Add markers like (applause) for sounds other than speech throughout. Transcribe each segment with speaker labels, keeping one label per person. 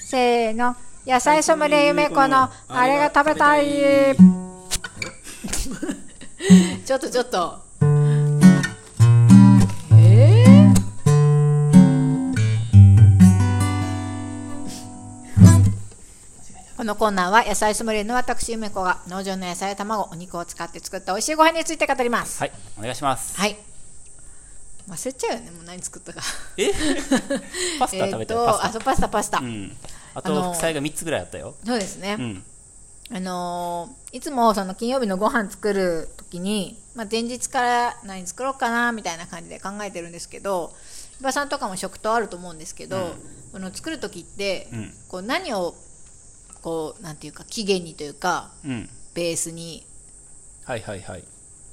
Speaker 1: せーの野菜ソムリエ夢子のあれが食べたい
Speaker 2: ちょっとちょっと。えーこのコーナーは野菜ソムリエの私梅子が農場の野菜や卵お肉を使って作った美味しいご飯について語ります
Speaker 3: はい、お願いします。
Speaker 2: はい忘れちゃうよねもう何作ったか (laughs)
Speaker 3: えパスタ食
Speaker 2: えー
Speaker 3: べ
Speaker 2: った
Speaker 3: よ、パ
Speaker 2: と
Speaker 3: ス
Speaker 2: あそうパスタパスタ、
Speaker 3: タ。うん。あ
Speaker 2: あ
Speaker 3: と、
Speaker 2: の
Speaker 3: 副菜が3つぐらいあったよ。
Speaker 2: そうですね、
Speaker 3: うん。
Speaker 2: あのーいつもその金曜日のご飯作る時に、まあ、前日から何作ろうかなみたいな感じで考えてるんですけど伊庭さんとかも食とあると思うんですけど、この作る時って、
Speaker 3: うん
Speaker 2: こう何をこうなんていうか期限にというか
Speaker 3: うん。
Speaker 2: ベースに
Speaker 3: はいはいはい。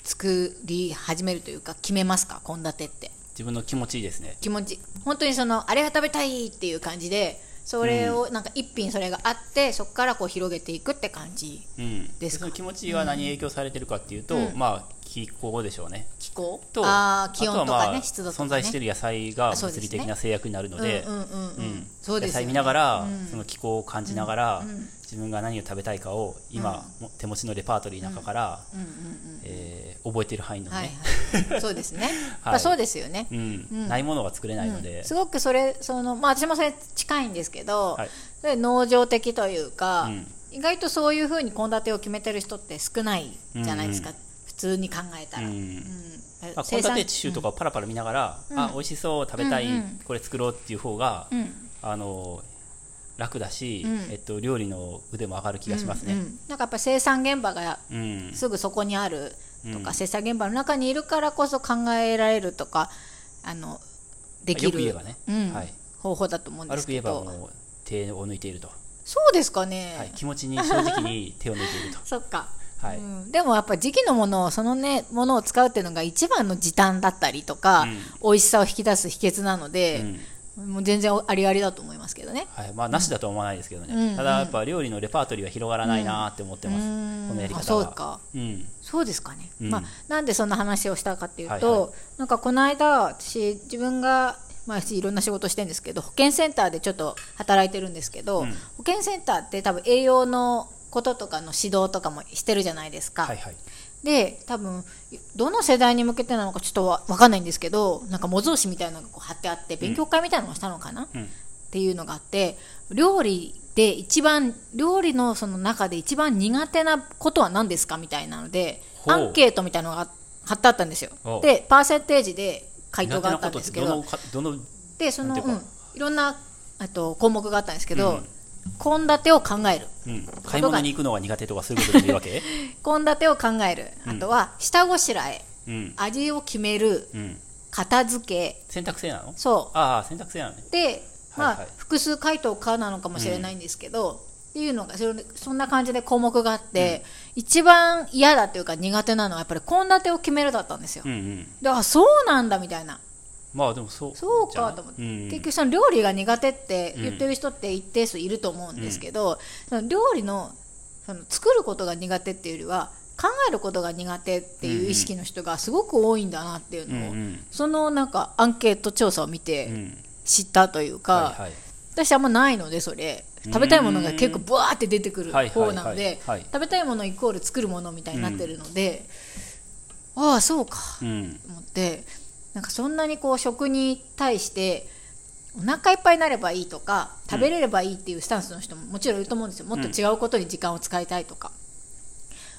Speaker 2: 作り始めるというか決めますか献立って
Speaker 3: 自分の気持ちいいですね。
Speaker 2: 気持ち本当にそのあれが食べたいっていう感じでそれを、なんか一品それがあってそこからこう広げていくって感じ
Speaker 3: うん。
Speaker 2: ですか
Speaker 3: その気持ちは何に影響されてるかっていうと、
Speaker 2: うん
Speaker 3: まあ、気候でしょうね。
Speaker 2: 気候
Speaker 3: と、
Speaker 2: あー気温と
Speaker 3: あ
Speaker 2: か
Speaker 3: は
Speaker 2: ね
Speaker 3: まあ
Speaker 2: 湿度とか、ね、
Speaker 3: 存在している野菜が
Speaker 2: あそう
Speaker 3: 物
Speaker 2: ですね
Speaker 3: 理的な制約になるので、
Speaker 2: うんうんうんうん
Speaker 3: うん
Speaker 2: そうです
Speaker 3: 野
Speaker 2: よね
Speaker 3: 菜見ながら、
Speaker 2: うん
Speaker 3: その気候を感じながら、自分が何を食べたいかを今、も手持ちのレパートリーの中から、えー覚えている範囲のね、
Speaker 2: はいはい、
Speaker 3: (laughs)
Speaker 2: そうですね、まあ、そうですよね、
Speaker 3: うんないものは作れないので、
Speaker 2: すごくそれその、まあ、私もそれ近いんですけど、
Speaker 3: はい
Speaker 2: それ農場的というか、
Speaker 3: うん
Speaker 2: 意外とそういうふうに献立を決めてる人って少ないじゃないですか、普通に考えたら。
Speaker 3: う
Speaker 2: うんん
Speaker 3: まあ、
Speaker 2: 生
Speaker 3: 献
Speaker 2: 産
Speaker 3: 立集とかをパラパラ見ながら、あ美味しそう食べたい、
Speaker 2: うんう
Speaker 3: これ作ろうっていう方が、
Speaker 2: うん
Speaker 3: あの楽だし、
Speaker 2: うん
Speaker 3: えっと、料理の腕も上がる気がします
Speaker 2: うんう
Speaker 3: ね。
Speaker 2: んなんかやっぱ生産現場が
Speaker 3: うん
Speaker 2: すぐそこにあるとか、
Speaker 3: うん
Speaker 2: 生産現場の中にいるからこそ考えられるとかあのでき
Speaker 3: よく言え
Speaker 2: る
Speaker 3: ばね、
Speaker 2: うん
Speaker 3: はい、
Speaker 2: 方法だと思うんで
Speaker 3: 悪
Speaker 2: す
Speaker 3: く言
Speaker 2: け
Speaker 3: えば
Speaker 2: ど、
Speaker 3: もう手を抜いていると、
Speaker 2: そうですかね、
Speaker 3: はい、気持ちに正直に手を抜いていると
Speaker 2: (laughs) そっか、
Speaker 3: はい
Speaker 2: うんでもやっぱ時期のものをそのねものを使うっていうのが一番の時短だったりとか、
Speaker 3: うん
Speaker 2: 美味しさを引き出す秘訣なので、もう全然ありありだと思いますけどね
Speaker 3: はいまあなしだとは思わないですけどね、
Speaker 2: うん
Speaker 3: ただやっぱ料理のレパートリーは広がらないなって思ってます、
Speaker 2: うん
Speaker 3: このやり方は
Speaker 2: あそうか
Speaker 3: うん
Speaker 2: そうですかね、
Speaker 3: うん
Speaker 2: まあ、なんでそんな話をしたかっていうと、
Speaker 3: はいは
Speaker 2: なんかこの間私自分が、まあ、いろんな仕事してるんですけど保健センターでちょっと働いてるんですけど、
Speaker 3: うん
Speaker 2: 保健センターって多分栄養のこととかの指導とかもしてるじゃないですか、
Speaker 3: はいはい
Speaker 2: で多分どの世代に向けてなのかちょっとわわかんないんですけどなんか模造紙みたいなのがこう貼ってあって勉強会みたいなのをしたのかな、
Speaker 3: うん
Speaker 2: っていうのがあって料理で一番料理のその中で一番苦手なことは何ですかみたいなので
Speaker 3: ほう
Speaker 2: アンケートみたいなのが貼ってあったんですよ
Speaker 3: おう
Speaker 2: でパーセンテージで回
Speaker 3: 苦
Speaker 2: 答
Speaker 3: 手
Speaker 2: があ
Speaker 3: な
Speaker 2: った
Speaker 3: こ
Speaker 2: んで
Speaker 3: とって
Speaker 2: すけ
Speaker 3: ど
Speaker 2: ど
Speaker 3: のかどの
Speaker 2: でその
Speaker 3: なん
Speaker 2: い,、
Speaker 3: て
Speaker 2: う
Speaker 3: いうんか、
Speaker 2: いろんなあと項目があったんですけど
Speaker 3: うん
Speaker 2: 献立、を考える
Speaker 3: うん、買い物に行くのが苦手とかそういうことでもいい
Speaker 2: (laughs)
Speaker 3: わけ
Speaker 2: 献立を考えるあとは下ごしらえ
Speaker 3: うん、
Speaker 2: 味を決める
Speaker 3: うん、
Speaker 2: 片付け
Speaker 3: 選択制なの
Speaker 2: そ
Speaker 3: ああ選択制なのね
Speaker 2: うで、まあ
Speaker 3: はいはい
Speaker 2: 複数回答かなのかもしれないんですけど、っていうのがそれそんな感じで項目があって、一番嫌だというか苦手なのはやっぱり献立を決めるだったんですよ、
Speaker 3: うんうん
Speaker 2: であそうなんだみたいな
Speaker 3: まあでもそう
Speaker 2: そう
Speaker 3: じゃな
Speaker 2: か
Speaker 3: い
Speaker 2: と思って、
Speaker 3: うんうん
Speaker 2: 結局その料理が苦手って言ってる人って一定数いると思うんですけど、その料理のその作ることが苦手っていうよりは考えることが苦手っていう意識の人がすごく多いんだなっていうのを、
Speaker 3: うんうん
Speaker 2: そのなんかアンケート調査を見
Speaker 3: う
Speaker 2: て
Speaker 3: ん
Speaker 2: 知ったというか、
Speaker 3: はいはい
Speaker 2: 私あんまないのでそれ食べたいものが結構ブワーって出てくる
Speaker 3: はいはいは
Speaker 2: 方
Speaker 3: い
Speaker 2: なので
Speaker 3: はい
Speaker 2: 食べたいものイコール作るものみたいになってるので、ああそうか
Speaker 3: うん
Speaker 2: と思ってなんかそんなにこう食に対してお腹いっぱいになればいいとか食べれればいいっていうスタンスの人ももちろんいると思うんですよもっと違うことに時間を使いたいとか。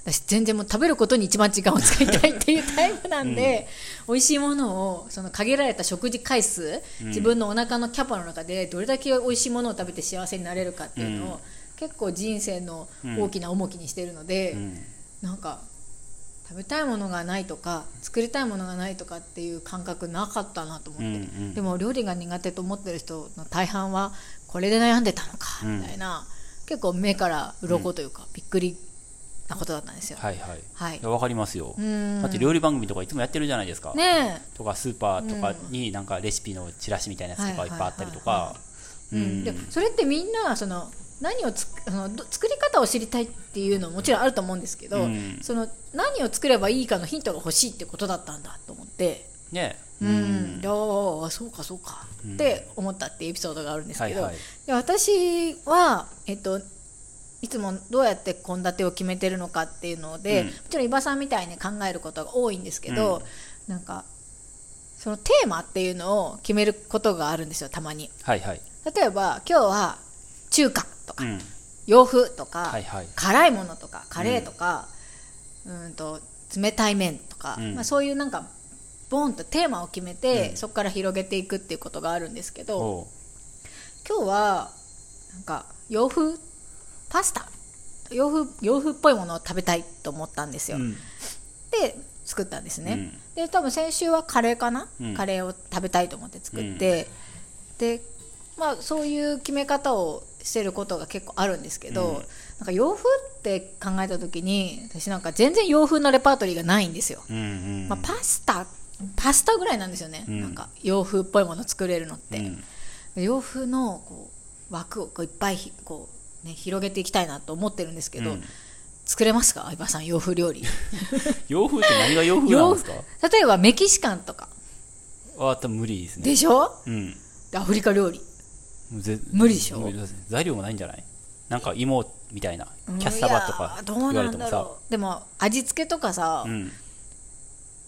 Speaker 2: 私全然もう食べることに一番時間を使いたいっていうタイプなんで、美味しいものをその限られた食事回数、自分のお腹のキャパの中でどれだけ美味しいものを食べて幸せになれるかっていうのを、結構人生の大きな重きにしてるので、
Speaker 3: うん
Speaker 2: なんか食べたいものがないとか作りたいものがないとかっていう感覚なかったなと思って、
Speaker 3: うんうん
Speaker 2: でも料理が苦手と思ってる人の大半はこれで悩んでたのかみたいな、結構目から鱗というか、びっくりなことだったんですよ。
Speaker 3: はいはい
Speaker 2: はい
Speaker 3: やわかりますよ
Speaker 2: ん
Speaker 3: だって料理番組とかいつもやってるじゃないですか
Speaker 2: ねえ
Speaker 3: とかスーパーとかになんかレシピのチラシみたいなやつとかいっぱいあったりとかう
Speaker 2: うん、
Speaker 3: ん
Speaker 2: でそれってみんなその何をつくあのど作り方を知りたいっていうのももちろんあると思うんですけど、
Speaker 3: うん
Speaker 2: その何を作ればいいかのヒントが欲しいってことだったんだと思って、
Speaker 3: ね
Speaker 2: うん、いやーそうかそうかって思ったっていうエピソードがあるんですけど、
Speaker 3: はいはい
Speaker 2: で私は、えっと、いつもどうやって献立を決めてるのかっていうので、
Speaker 3: うん
Speaker 2: もちろん伊庭さんみたいに考えることが多いんですけど、なんかそのテーマっていうのを決めることがあるんですよたまに。
Speaker 3: はいはい
Speaker 2: 例えば今日は中華とか、
Speaker 3: うん
Speaker 2: 洋風とか、
Speaker 3: はいはい
Speaker 2: 辛いものとかカレーとか、うーん、と冷たい麺とか、
Speaker 3: うん
Speaker 2: まあ、そういうなんかボンとテーマを決めて、
Speaker 3: うん
Speaker 2: そこから広げていくっていうことがあるんですけど
Speaker 3: おう
Speaker 2: 今日はなんか洋風パスタ洋風洋風っぽいものを食べたいと思ったんですよ、
Speaker 3: うん
Speaker 2: で作ったんですね、
Speaker 3: うん
Speaker 2: で多分先週はカレーかな、
Speaker 3: うん
Speaker 2: カレーを食べたいと思って作って、でまあそういう決め方をしてることが結構あるんですけど、
Speaker 3: うん
Speaker 2: なんか洋風って考えた時に私なんか全然洋風のレパートリーがないんですよ、
Speaker 3: うんうん
Speaker 2: まあ、パスタパスタぐらいなんですよね、
Speaker 3: うん
Speaker 2: なんか洋風っぽいもの作れるのって、
Speaker 3: うん
Speaker 2: 洋風のこう枠をこういっぱいひこう、ね、広げていきたいなと思ってるんですけど、
Speaker 3: うん
Speaker 2: 作れますか相葉さん洋風料理
Speaker 3: 洋風って何が洋風なんですか
Speaker 2: 洋例えばメキシカンとか
Speaker 3: あ多分無理ですね
Speaker 2: でしょ
Speaker 3: うん
Speaker 2: でアフリカ料理
Speaker 3: ぜ
Speaker 2: 無理でしょ
Speaker 3: ですね材料もないんじゃないなんか芋みたいなキャッサバとか
Speaker 2: いやーど
Speaker 3: 言
Speaker 2: う
Speaker 3: われ
Speaker 2: なん
Speaker 3: て
Speaker 2: だ
Speaker 3: もさ
Speaker 2: ろうでも味付けとかさ、
Speaker 3: うん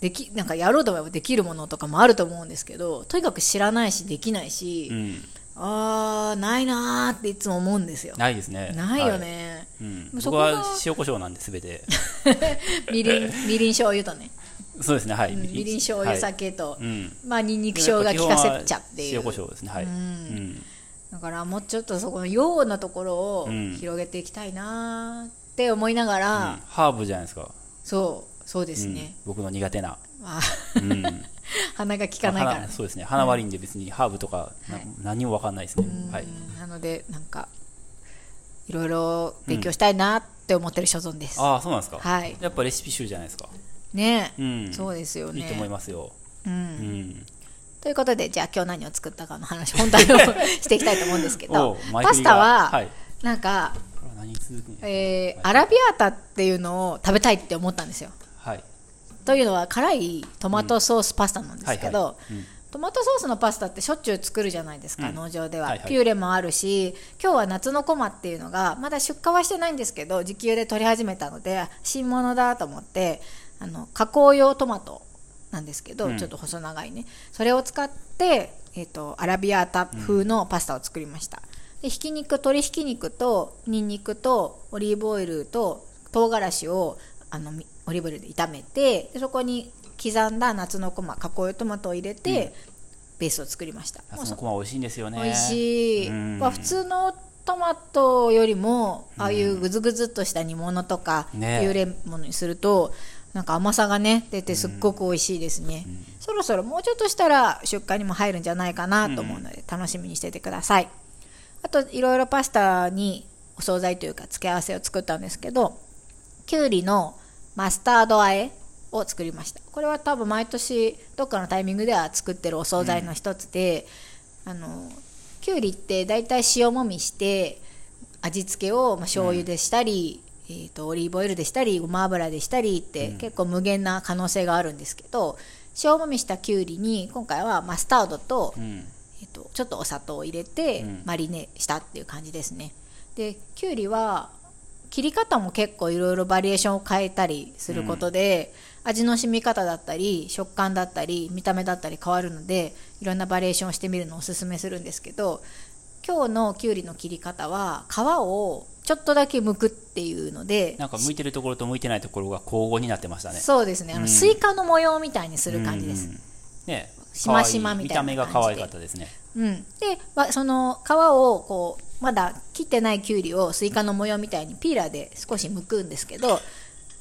Speaker 2: できなんかやろうと思えばできるものとかもあると思うんですけどとにかく知らないしできないし、
Speaker 3: うん
Speaker 2: あーないなーっていつも思うんですよ
Speaker 3: ないですね
Speaker 2: ないよ、ね、
Speaker 3: はいうん、
Speaker 2: そ
Speaker 3: 僕
Speaker 2: こが
Speaker 3: は塩コショウなんで全て
Speaker 2: (laughs) みりんみりん醤油とね、
Speaker 3: そうですねはい、
Speaker 2: うんみりん醤油、
Speaker 3: はい
Speaker 2: 酒と、
Speaker 3: うん
Speaker 2: まあにんにく生姜効かせちゃってい
Speaker 3: 塩
Speaker 2: う
Speaker 3: コショウですねはい、うん
Speaker 2: だからもうちょっとそこの洋なところを
Speaker 3: うん
Speaker 2: 広げていきたいなーって思いながら、
Speaker 3: うんハーブじゃないですか
Speaker 2: そうそうです
Speaker 3: うん
Speaker 2: ね、、
Speaker 3: 僕の苦手な、
Speaker 2: あ
Speaker 3: うん、
Speaker 2: 鼻が効かないからね
Speaker 3: 花そうですね花割りんで別にハーブとか、な
Speaker 2: はい
Speaker 3: 何も分かんないですね、はい、
Speaker 2: なのでなんかいろいろ勉強したいなって思ってる所存です、
Speaker 3: ああそうなんですか、
Speaker 2: はい
Speaker 3: やっぱレシピ集じゃないですか、
Speaker 2: ねえ、
Speaker 3: うん、
Speaker 2: そうですよね
Speaker 3: いいと思いますよ、
Speaker 2: う
Speaker 3: うんん、
Speaker 2: ということでじゃあ今日何を作ったかの話 (laughs) 本題をしていきたいと思うんですけ
Speaker 3: お
Speaker 2: ど
Speaker 3: う前振りが
Speaker 2: パスタは、
Speaker 3: はい
Speaker 2: なんか、
Speaker 3: これは何に続くんや
Speaker 2: えーアラビアータっていうのを食べたいって思ったんですよ
Speaker 3: はい
Speaker 2: というのは辛いトマトソースパスタなんですけど、
Speaker 3: うんはいはいうん
Speaker 2: トマトソースのパスタってしょっちゅう作るじゃないですか、
Speaker 3: うん
Speaker 2: 農場では、
Speaker 3: はいはい
Speaker 2: ピューレもあるし今日は夏のコマっていうのがまだ出荷はしてないんですけど時給で取り始めたので新物だと思ってあの加工用トマトなんですけど、
Speaker 3: うん
Speaker 2: ちょっと細長いねそれを使って、えー、とアラビアータ風のパスタを作りました、でひき肉鶏ひき肉とニンニクとオリーブオイルと唐辛子をあのみオリーブオイルで炒めてでそこに刻んだ夏のコマ加工用トマトを入れて、ベースを作りましたもう
Speaker 3: 夏
Speaker 2: そ
Speaker 3: のコマ美味しいんですよね
Speaker 2: 美味しい、
Speaker 3: うん
Speaker 2: まあ、普通のトマトよりもああいうぐずぐずっとした煮物とか、
Speaker 3: ね
Speaker 2: ピューレものにするとなんか甘さがね出てすっごく美味しいですね、そろそろもうちょっとしたら出荷にも入るんじゃないかなと思うので楽しみにしててください、あといろいろパスタにお惣菜というか付け合わせを作ったんですけどきゅうりのマスタード和えを作りましたこれは多分毎年どっかのタイミングでは作ってるお惣菜の一つで、あのきゅうりって大体塩もみして味付けをまあ醤油でしたり、えー、とオリーブオイルでしたりごま油でしたりって結構無限な可能性があるんですけど塩もみしたきゅうりに今回はマスタードと
Speaker 3: うん
Speaker 2: えっと、ちょっとお砂糖を入れて
Speaker 3: うん
Speaker 2: マリネしたっていう感じですね、できゅうりは切り方も結構いろいろバリエーションを変えたりすることで、味の染み方だったり食感だったり見た目だったり変わるのでいろんなバリエーションをしてみるのをおすすめするんですけど今日のきゅうりの切り方は皮をちょっとだけ剥くっていうので
Speaker 3: なんか向いてるところと向いてないところが交互になってましたね
Speaker 2: そうですねあの、
Speaker 3: うん
Speaker 2: スイカの模様みたいにする感じです、
Speaker 3: うんね
Speaker 2: しましまみたいな
Speaker 3: 見た目が可愛かったですね
Speaker 2: うん、でわその皮をこうまだ切ってないきゅうりをスイカの模様みたいにピーラーで少し剥くんですけど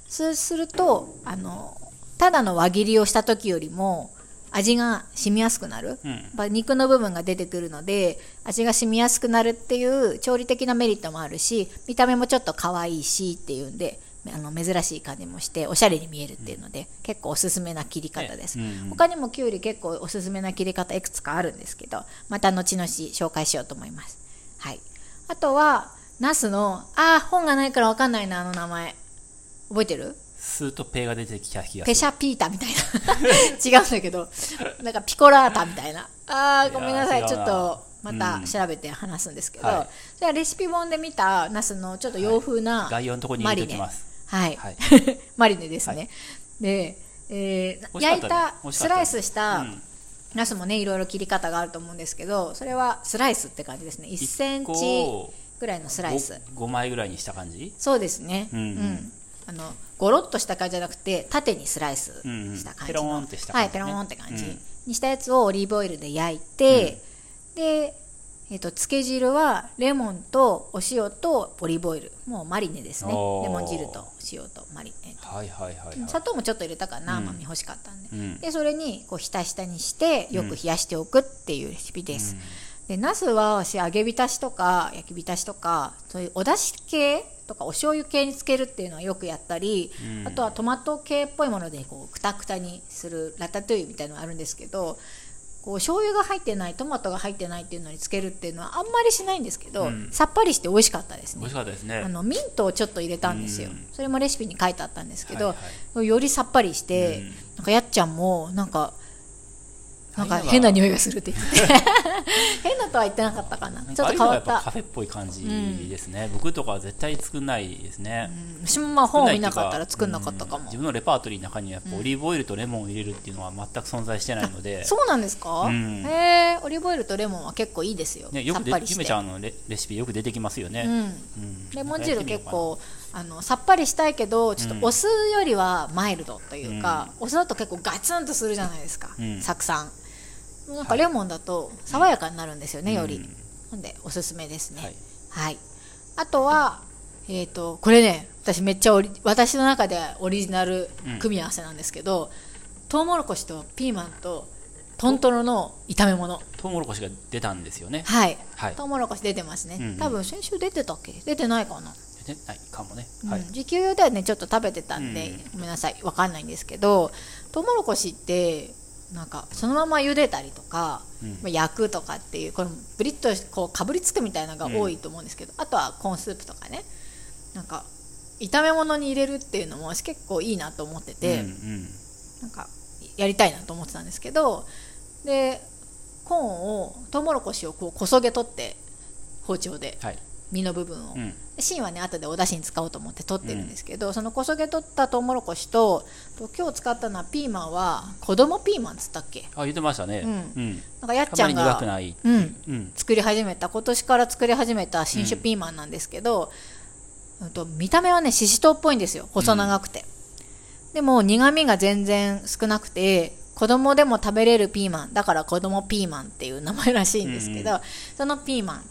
Speaker 2: そうするとあのただの輪切りをした時よりも味が染みやすくなる、
Speaker 3: うん
Speaker 2: やっぱ肉の部分が出てくるので味が染みやすくなるっていう調理的なメリットもあるし見た目もちょっと可愛いしっていうんであの珍しい感じもしておしゃれに見えるっていうので、結構おすすめな切り方です、
Speaker 3: ねうんうん
Speaker 2: 他にもきゅうり結構おすすめな切り方いくつかあるんですけどまた後々紹介しようと思いますはいあとはナスのあー本がないからわかんないなあの名前覚えてる
Speaker 3: スーとペーが出てきた気がす
Speaker 2: ペ
Speaker 3: る
Speaker 2: シャピータみたいな (laughs) 違うんだけどなんかピコラータみたいなあーごめんなさ
Speaker 3: い
Speaker 2: い
Speaker 3: やー
Speaker 2: ち
Speaker 3: 違う
Speaker 2: ょ
Speaker 3: な
Speaker 2: っとまた
Speaker 3: うん
Speaker 2: 調べて話すんですけど、
Speaker 3: はい
Speaker 2: じゃあレシピ本で見たナスのちょっと洋風な、
Speaker 3: 概要のところに入れておきます
Speaker 2: はい、
Speaker 3: はい (laughs)
Speaker 2: マリネですね、
Speaker 3: は
Speaker 2: で、えー
Speaker 3: 美味しかったね
Speaker 2: 焼いた
Speaker 3: 美味しか
Speaker 2: ス
Speaker 3: った
Speaker 2: ライスした
Speaker 3: うん
Speaker 2: ナスもねいろいろ切り方があると思うんですけどそれはスライスって感じですね1セン
Speaker 3: 一
Speaker 2: チ
Speaker 3: 個を
Speaker 2: ぐらいのスライス
Speaker 3: ご5枚ぐらいにした感じ
Speaker 2: そうですね、
Speaker 3: うんうん
Speaker 2: あのゴロッとした感じじゃなくて縦にスライスした感じの、
Speaker 3: うんうんペローンってした感じね
Speaker 2: はいペローンって感じ、
Speaker 3: うん
Speaker 2: にしたやつをオリーブオイルで焼いて、で、えっと漬け汁はレモンとお塩とオリーブオイルもうマリネですねレ
Speaker 3: おー
Speaker 2: モン汁とお塩とマリネ
Speaker 3: はいはいはいはい
Speaker 2: 砂糖もちょっと入れたかな、
Speaker 3: うん
Speaker 2: まあ欲しかったんで,、
Speaker 3: うん
Speaker 2: でそれにこうひたひたにしてよく冷やしておくっていうレシピです、でナスは私揚げ浸しとか焼き浸しとかそういうお出汁系とかお醤油系につけるっていうのはよくやったり、
Speaker 3: うん
Speaker 2: あとはトマト系っぽいものでこうくたくたにするラタトゥイユみたいなのがあるんですけどこう醤油が入ってないトマトが入ってないっていうのにつけるっていうのはあんまりしないんですけど、
Speaker 3: うん
Speaker 2: さっぱりして美味しかったですね
Speaker 3: 美味しかったですね
Speaker 2: あのミントをちょっと入れたんですよ、
Speaker 3: うん
Speaker 2: それもレシピに書いてあったんですけど、
Speaker 3: はい
Speaker 2: よりさっぱりして、
Speaker 3: うん
Speaker 2: なんかやっちゃんもなんかなんか
Speaker 3: ああいうのが
Speaker 2: 変な匂いがするって言って (laughs) て変なとは言ってなかったかな
Speaker 3: なん
Speaker 2: ちょ
Speaker 3: か
Speaker 2: っと
Speaker 3: ああい
Speaker 2: 変
Speaker 3: うのが
Speaker 2: わ
Speaker 3: や
Speaker 2: っ
Speaker 3: ぱ
Speaker 2: た
Speaker 3: カフェっぽい感じですね、僕とかは絶対作んないですね、
Speaker 2: うん私もまあ本を見なかったら作んなかったか
Speaker 3: うん
Speaker 2: も、
Speaker 3: 自分のレパートリーの中にはやっぱオリーブオイルとレモンを入れるっていうのは全く存在してないので、
Speaker 2: そうなんですか、
Speaker 3: うん
Speaker 2: へえオリーブオイルとレモンは結構いいですよ,、
Speaker 3: ね、よ
Speaker 2: さ
Speaker 3: く
Speaker 2: っ
Speaker 3: で
Speaker 2: ぱりし
Speaker 3: ゆ
Speaker 2: て
Speaker 3: めちゃんのレレシピよく出てきますよね、
Speaker 2: うん
Speaker 3: うん
Speaker 2: レモン汁結構あのさっぱりしたいけどちょっとお酢よりはマイルドというか、お酢だと結構ガツンとするじゃないですか、
Speaker 3: うん
Speaker 2: 酢酸なんかレモンだと爽やかになるんですよね、
Speaker 3: うん
Speaker 2: よりなんでおすすめですね
Speaker 3: はい
Speaker 2: はい、あとはえっ、とこれね私めっちゃオリ私の中でオリジナル組み合わせなんですけど、トウモロコシとピーマンと豚トロの炒め物
Speaker 3: トウモロコシが出たんですよね、
Speaker 2: はい、
Speaker 3: はい
Speaker 2: トウモロコシ出てますね、
Speaker 3: うんうん
Speaker 2: 多分先週出てたっけ出てないかな
Speaker 3: 出てないかもね、
Speaker 2: うん
Speaker 3: はい
Speaker 2: 時給用ではねちょっと食べてたんで、
Speaker 3: うん
Speaker 2: ごめんなさいわかんないんですけどトウモロコシってなんかそのまま茹でたりとか、
Speaker 3: うん
Speaker 2: まあ焼くとかっていうこのブリッとこうかぶりつくみたいなのが多いと思うんですけど、あとはコーンスープとかねなんか炒め物に入れるっていうのも私結構いいなと思ってて、
Speaker 3: うんうん
Speaker 2: なんかやりたいなと思ってたんですけどでコーンをトウモロコシをこうこそげ取って包丁で
Speaker 3: はい
Speaker 2: 実の部分を。
Speaker 3: うん
Speaker 2: 芯はね後でお出汁に使おうと思って取ってるんですけど、そのこそげ取ったとうもろこしとと今日使ったのはピーマンは子供ピーマンっつったっけ
Speaker 3: あ言ってましたね、
Speaker 2: うん
Speaker 3: うん
Speaker 2: なんかやっち
Speaker 3: あ
Speaker 2: ゃ
Speaker 3: ま
Speaker 2: ん
Speaker 3: り苦く
Speaker 2: が、
Speaker 3: ない、
Speaker 2: うん、
Speaker 3: うん、
Speaker 2: 作り始めた今年から作り始めた新種ピーマンなんですけど、うん、と見た目はねししとうっぽいんですよ細長くて、でも苦みが全然少なくて子供でも食べれるピーマンだから子供ピーマンっていう名前らしいんですけど、
Speaker 3: うん
Speaker 2: そのピーマン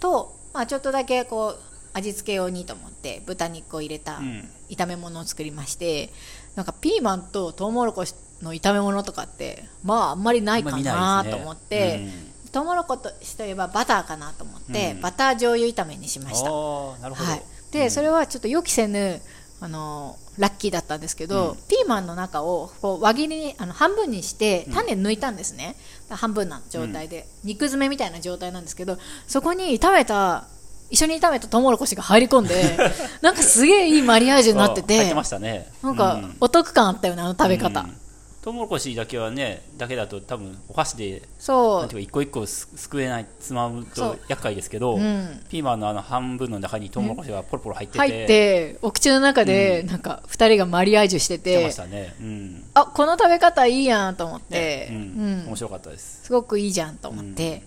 Speaker 2: と、まあ、ちょっとだけこう味付け用にと思って豚肉を入れた
Speaker 3: うん
Speaker 2: 炒め物を作りまして、なんかピーマンとトウモロコシの炒め物とかってまああんまりないかなと思って、トウモロコシといえばバターかなと思って、
Speaker 3: うん
Speaker 2: バター醤油炒めにし
Speaker 3: あ
Speaker 2: ま
Speaker 3: あ
Speaker 2: した、は
Speaker 3: ーなるほど、
Speaker 2: い、で、それはちょっと予期せぬあのーラッキーだったんですけど、
Speaker 3: うん
Speaker 2: ピーマンの中をこう輪切りにあの半分にして種抜いたんですね、半分な状態で、肉詰めみたいな状態なんですけどそこに炒めた一緒に炒めたトウモロコシが入り込ん
Speaker 3: (laughs)
Speaker 2: でなんかすげえいいマリアージュになって
Speaker 3: あ
Speaker 2: て
Speaker 3: 入ってましたね
Speaker 2: なんかお得感あったよねあの食べ方、
Speaker 3: うんトウモロコシだけはねだけだと多分お箸で
Speaker 2: そ
Speaker 3: なん
Speaker 2: う
Speaker 3: ていうか一個一個すすくえないつまむ
Speaker 2: そ
Speaker 3: と
Speaker 2: う
Speaker 3: 厄介ですけど、
Speaker 2: うん
Speaker 3: ピーマンのあの半分の中にトウモロコシがポロポロ入ってて
Speaker 2: 入ってお口の中でなんか2人がマリアージュして
Speaker 3: 入ってま
Speaker 2: て
Speaker 3: したね、うん
Speaker 2: あこの食べ方いいやんと思って、
Speaker 3: ねうん
Speaker 2: うん
Speaker 3: 面白かったです
Speaker 2: すごくいいじゃんと思って、
Speaker 3: うん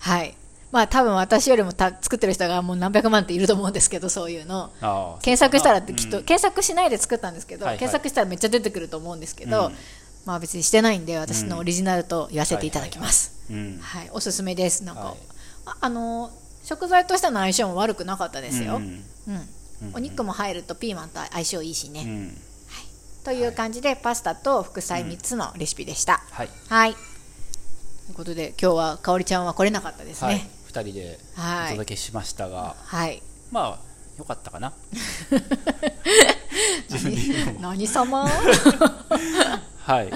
Speaker 2: はいまあ多分私よりもた作ってる人がもう何百万っていると思うんですけどそういうの
Speaker 3: ああ
Speaker 2: 検索したら
Speaker 3: そう
Speaker 2: き
Speaker 3: か
Speaker 2: っ
Speaker 3: な
Speaker 2: と、検索しないで作ったんですけど、
Speaker 3: はいはい
Speaker 2: 検索したらめっちゃ出てくると思うんですけど、
Speaker 3: うん
Speaker 2: まあ別にしてないんで私のオリジナルと言わせていただきます、
Speaker 3: うんうん
Speaker 2: はい、おすすめです。なんか、
Speaker 3: はい
Speaker 2: ああの食材としての相性も悪くなかったですよ。
Speaker 3: う
Speaker 2: うんん、
Speaker 3: うんうん
Speaker 2: お肉も入るとピーマンと相性いいしね。
Speaker 3: うん
Speaker 2: という感じでパスタと副菜3つのレシピでした。
Speaker 3: はい、
Speaker 2: はい。ということで今日はかおりちゃんは来れなかったです
Speaker 3: はい
Speaker 2: ね。、
Speaker 3: 2人で
Speaker 2: はい
Speaker 3: お届けしましたが、
Speaker 2: はい。
Speaker 3: まあ良かったかな自分で言うのも
Speaker 2: 何
Speaker 3: (laughs)
Speaker 2: 様？ (laughs)
Speaker 3: はい2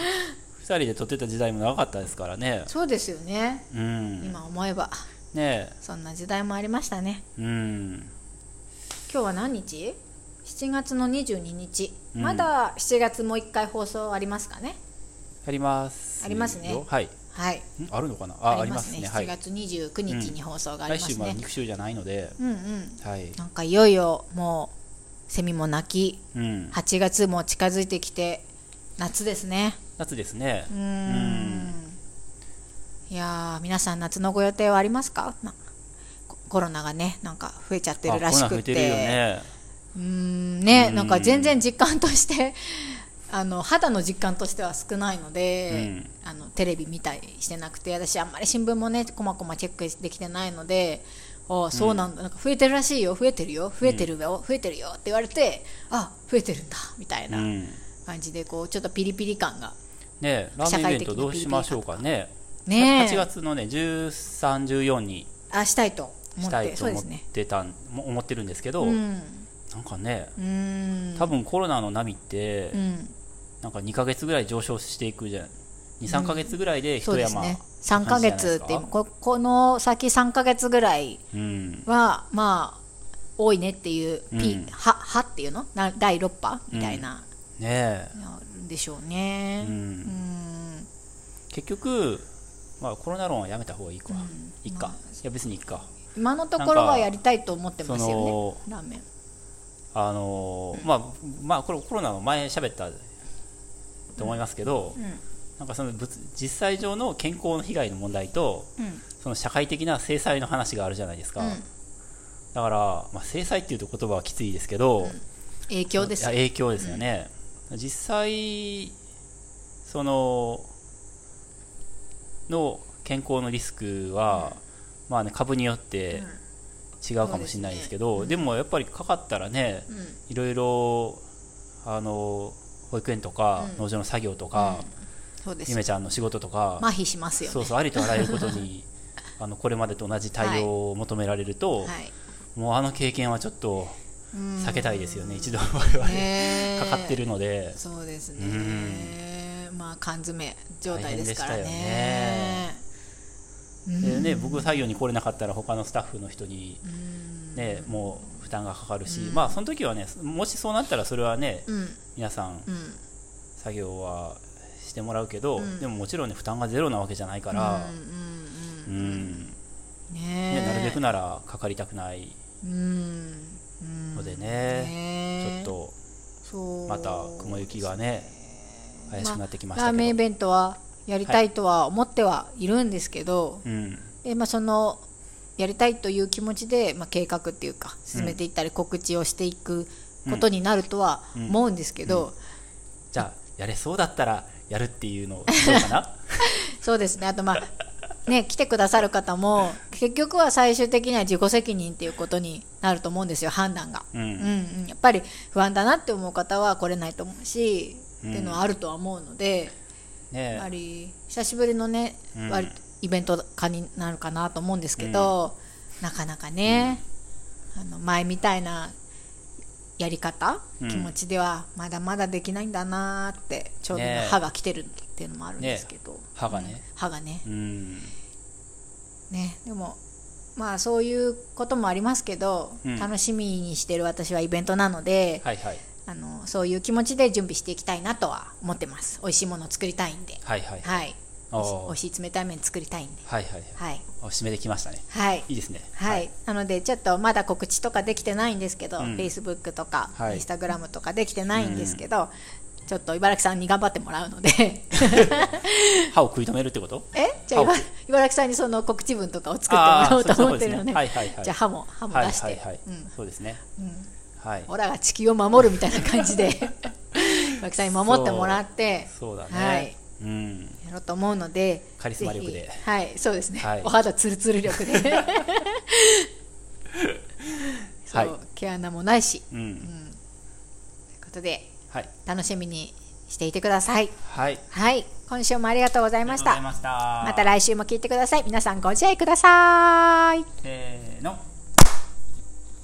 Speaker 3: 人で撮ってた時代も長かったですからね
Speaker 2: そうですよね。
Speaker 3: うんね
Speaker 2: 今思えば
Speaker 3: え
Speaker 2: そんな時代もありましたね。
Speaker 3: うん
Speaker 2: 今日は何日7月の22日、
Speaker 3: うん
Speaker 2: まだ7月もう一回放送ありますかね
Speaker 3: ありますよ。
Speaker 2: ありますね
Speaker 3: はい。ん
Speaker 2: はい
Speaker 3: あるのかな。あ、ありますね。は
Speaker 2: 7
Speaker 3: い。
Speaker 2: 月29日に放送がありま
Speaker 3: 来
Speaker 2: すね、
Speaker 3: 週まあ肉週じゃないので、
Speaker 2: うんうん
Speaker 3: はい。
Speaker 2: なんかいよいよもうセミも鳴き
Speaker 3: うん。
Speaker 2: 8月も近づいてきて夏ですね
Speaker 3: 夏ですね。
Speaker 2: うーんいやー皆さん夏のご予定はありますか、まあココロナがねなんか増えちゃって
Speaker 3: あ
Speaker 2: るらし
Speaker 3: コロナ増
Speaker 2: く
Speaker 3: え
Speaker 2: て
Speaker 3: てるよね。
Speaker 2: うーんね
Speaker 3: うん。
Speaker 2: なんか全然実感としてあの肌の実感としては少ないので、あのテレビ見たりしてなくて私あんまり新聞もねこまこまチェックできてないのでああそうなんだ、なんか増えてるらしいよ増えてるよ増えてるよ、増えてるよって言われてあ増えてるんだみたいうなん感じでこうちょっとピリピリ感が
Speaker 3: ね、ラーメンイベントどうしましょうかね。
Speaker 2: ねえ
Speaker 3: 8月のね、13、14に
Speaker 2: あしたいと思
Speaker 3: し
Speaker 2: ったて
Speaker 3: いと
Speaker 2: そうで
Speaker 3: 思っ
Speaker 2: すね
Speaker 3: てたん、も思ってるんですけど、
Speaker 2: うん
Speaker 3: なんかね、
Speaker 2: うん
Speaker 3: 多分コロナの波って、
Speaker 2: うん
Speaker 3: なんか2ヶ月ぐらい上昇していくじゃん。2、3ヶ月ぐらいで
Speaker 2: そう
Speaker 3: 一
Speaker 2: です
Speaker 3: 山、
Speaker 2: ね3ヶ月って
Speaker 3: 感じじゃないですか
Speaker 2: ここの先3ヶ月ぐらい
Speaker 3: うん。
Speaker 2: はまあ多いねっていう、ピ
Speaker 3: うん
Speaker 2: ははっていうのな第6波みたいな、
Speaker 3: ねえ。
Speaker 2: あるんでしょうね
Speaker 3: うん
Speaker 2: うん
Speaker 3: 結局、まあ、コロナ論はやめた方がいいか、
Speaker 2: うん
Speaker 3: いいか、
Speaker 2: まあ
Speaker 3: いや別にいいか
Speaker 2: 今のところはやりたいと思ってますよ
Speaker 3: そ
Speaker 2: ねラーメン
Speaker 3: あのーまあまあこれコロナの前喋ったと思いますけど、なんかその物実際上の健康の被害の問題と
Speaker 2: うんうん
Speaker 3: その社会的な制裁の話があるじゃないですか、
Speaker 2: うん
Speaker 3: だから、まあ、制裁っていうと言葉はきついですけど、
Speaker 2: 影響ですよ
Speaker 3: いや影響ですよね、実際そのの健康のリスクは、まあね、株によって違うかもしれないですけど、でもやっぱりかかったらね、
Speaker 2: ん
Speaker 3: いろいろあの保育園とか
Speaker 2: うん
Speaker 3: 農場の作業とか、
Speaker 2: そうです
Speaker 3: ゆめちゃんの仕事とか、
Speaker 2: 麻痺しますよね
Speaker 3: そうそうありとあらゆること
Speaker 2: (laughs)
Speaker 3: にあのこれまでと同じ対応を求められると、
Speaker 2: はい
Speaker 3: もうあの経験はちょっと
Speaker 2: うん
Speaker 3: 避けたいですよね、一度我々、
Speaker 2: ねえ
Speaker 3: かかってるので。
Speaker 2: そうですねまあ缶詰状態ですから
Speaker 3: 大変
Speaker 2: ね
Speaker 3: でね、僕作業に来れなかったら他のスタッフの人に、ねもう負担がかかるし、まあその時はねもしそうなったらそれはね、
Speaker 2: うん
Speaker 3: 皆さん
Speaker 2: うん
Speaker 3: 作業はしてもらうけど、
Speaker 2: ん
Speaker 3: でももちろんね負担がゼロなわけじゃないから、
Speaker 2: うんうん
Speaker 3: う
Speaker 2: う
Speaker 3: ん
Speaker 2: んね
Speaker 3: ね、
Speaker 2: え
Speaker 3: なるべくならかかりたくない
Speaker 2: うん
Speaker 3: のでね、
Speaker 2: ねえ
Speaker 3: ちょっ
Speaker 2: そ
Speaker 3: と
Speaker 2: う
Speaker 3: また雲行きがね怪しくなってきまし
Speaker 2: ラー
Speaker 3: た
Speaker 2: メン
Speaker 3: け
Speaker 2: イ
Speaker 3: ど、
Speaker 2: ベントはやりたいとは思ってはいるんですけど、
Speaker 3: うん
Speaker 2: でまあ、そのやりたいという気持ちで、まあ、計画っていうか進めていったり告知をしていくことになるとは思うんですけど、
Speaker 3: じゃあやれそうだったらやるっていうのどうかな
Speaker 2: そうですね。あとまあ、ね、来てくださる方も、結局は最終的には自己責任っていうことになると思うんですよ、判断が。
Speaker 3: うん
Speaker 2: うんやっぱり不安だなって思う方は来れないと思うし、
Speaker 3: うん
Speaker 2: っていうのはあるとは思うので、やっぱ
Speaker 3: ね
Speaker 2: り、久しぶりのね、
Speaker 3: うん
Speaker 2: 割とイベント化になるかなと思うんですけど、なかなかね、あの前みたいなやり方、
Speaker 3: うん
Speaker 2: 気持ちではまだまだできないんだなーって、ちょうど今
Speaker 3: ね
Speaker 2: 歯が来てるっていうのもあるんですけど。
Speaker 3: 歯がね
Speaker 2: 歯がね
Speaker 3: うん
Speaker 2: ねでもまあそういうこともありますけど、
Speaker 3: うん
Speaker 2: 楽しみにしてる私はイベントなので、
Speaker 3: はいはい
Speaker 2: あのそういう気持ちで準備していきたいなとは思ってます美味しいものを作りたいんで
Speaker 3: はいはい
Speaker 2: はい
Speaker 3: あー
Speaker 2: 美味しい冷たい麺作りたいんで
Speaker 3: はいはいはい
Speaker 2: はい
Speaker 3: あ締めてきましたね
Speaker 2: はい
Speaker 3: いいですね
Speaker 2: はい、なのでちょっとまだ告知とかできてないんですけど、
Speaker 3: うん
Speaker 2: Facebook とか、
Speaker 3: はい
Speaker 2: Instagram とかできてないんですけど、ちょっと茨城さんに頑張ってもらう
Speaker 3: (laughs)
Speaker 2: ので
Speaker 3: 歯を食い止めるってこと
Speaker 2: えじゃあ
Speaker 3: 歯を
Speaker 2: 茨茨城さんにその告知文とかを作ってもらおうと思ってるので
Speaker 3: あーそうそうですねはいはいはい
Speaker 2: じゃあ歯も歯も
Speaker 3: はい
Speaker 2: 出して、
Speaker 3: はいはい
Speaker 2: うん、
Speaker 3: そうですねはい
Speaker 2: オラが地球を守るみたいな感じ
Speaker 3: (laughs)
Speaker 2: で (laughs) 茨城さんに守ってもらって
Speaker 3: そうだ
Speaker 2: はい
Speaker 3: ね、うん
Speaker 2: やろうと思うので
Speaker 3: カリスマ力で
Speaker 2: ぜひはいそうですね、
Speaker 3: はい
Speaker 2: お肌ツルツル力 (laughs) でそう、
Speaker 3: はい
Speaker 2: 毛穴もないし
Speaker 3: うん
Speaker 2: ということで
Speaker 3: はい
Speaker 2: 楽しみにしていてください
Speaker 3: はい
Speaker 2: はい今週もありがとうございました
Speaker 3: ありがとうございました
Speaker 2: また来週も聞いてください皆さんご自愛ください
Speaker 3: せーの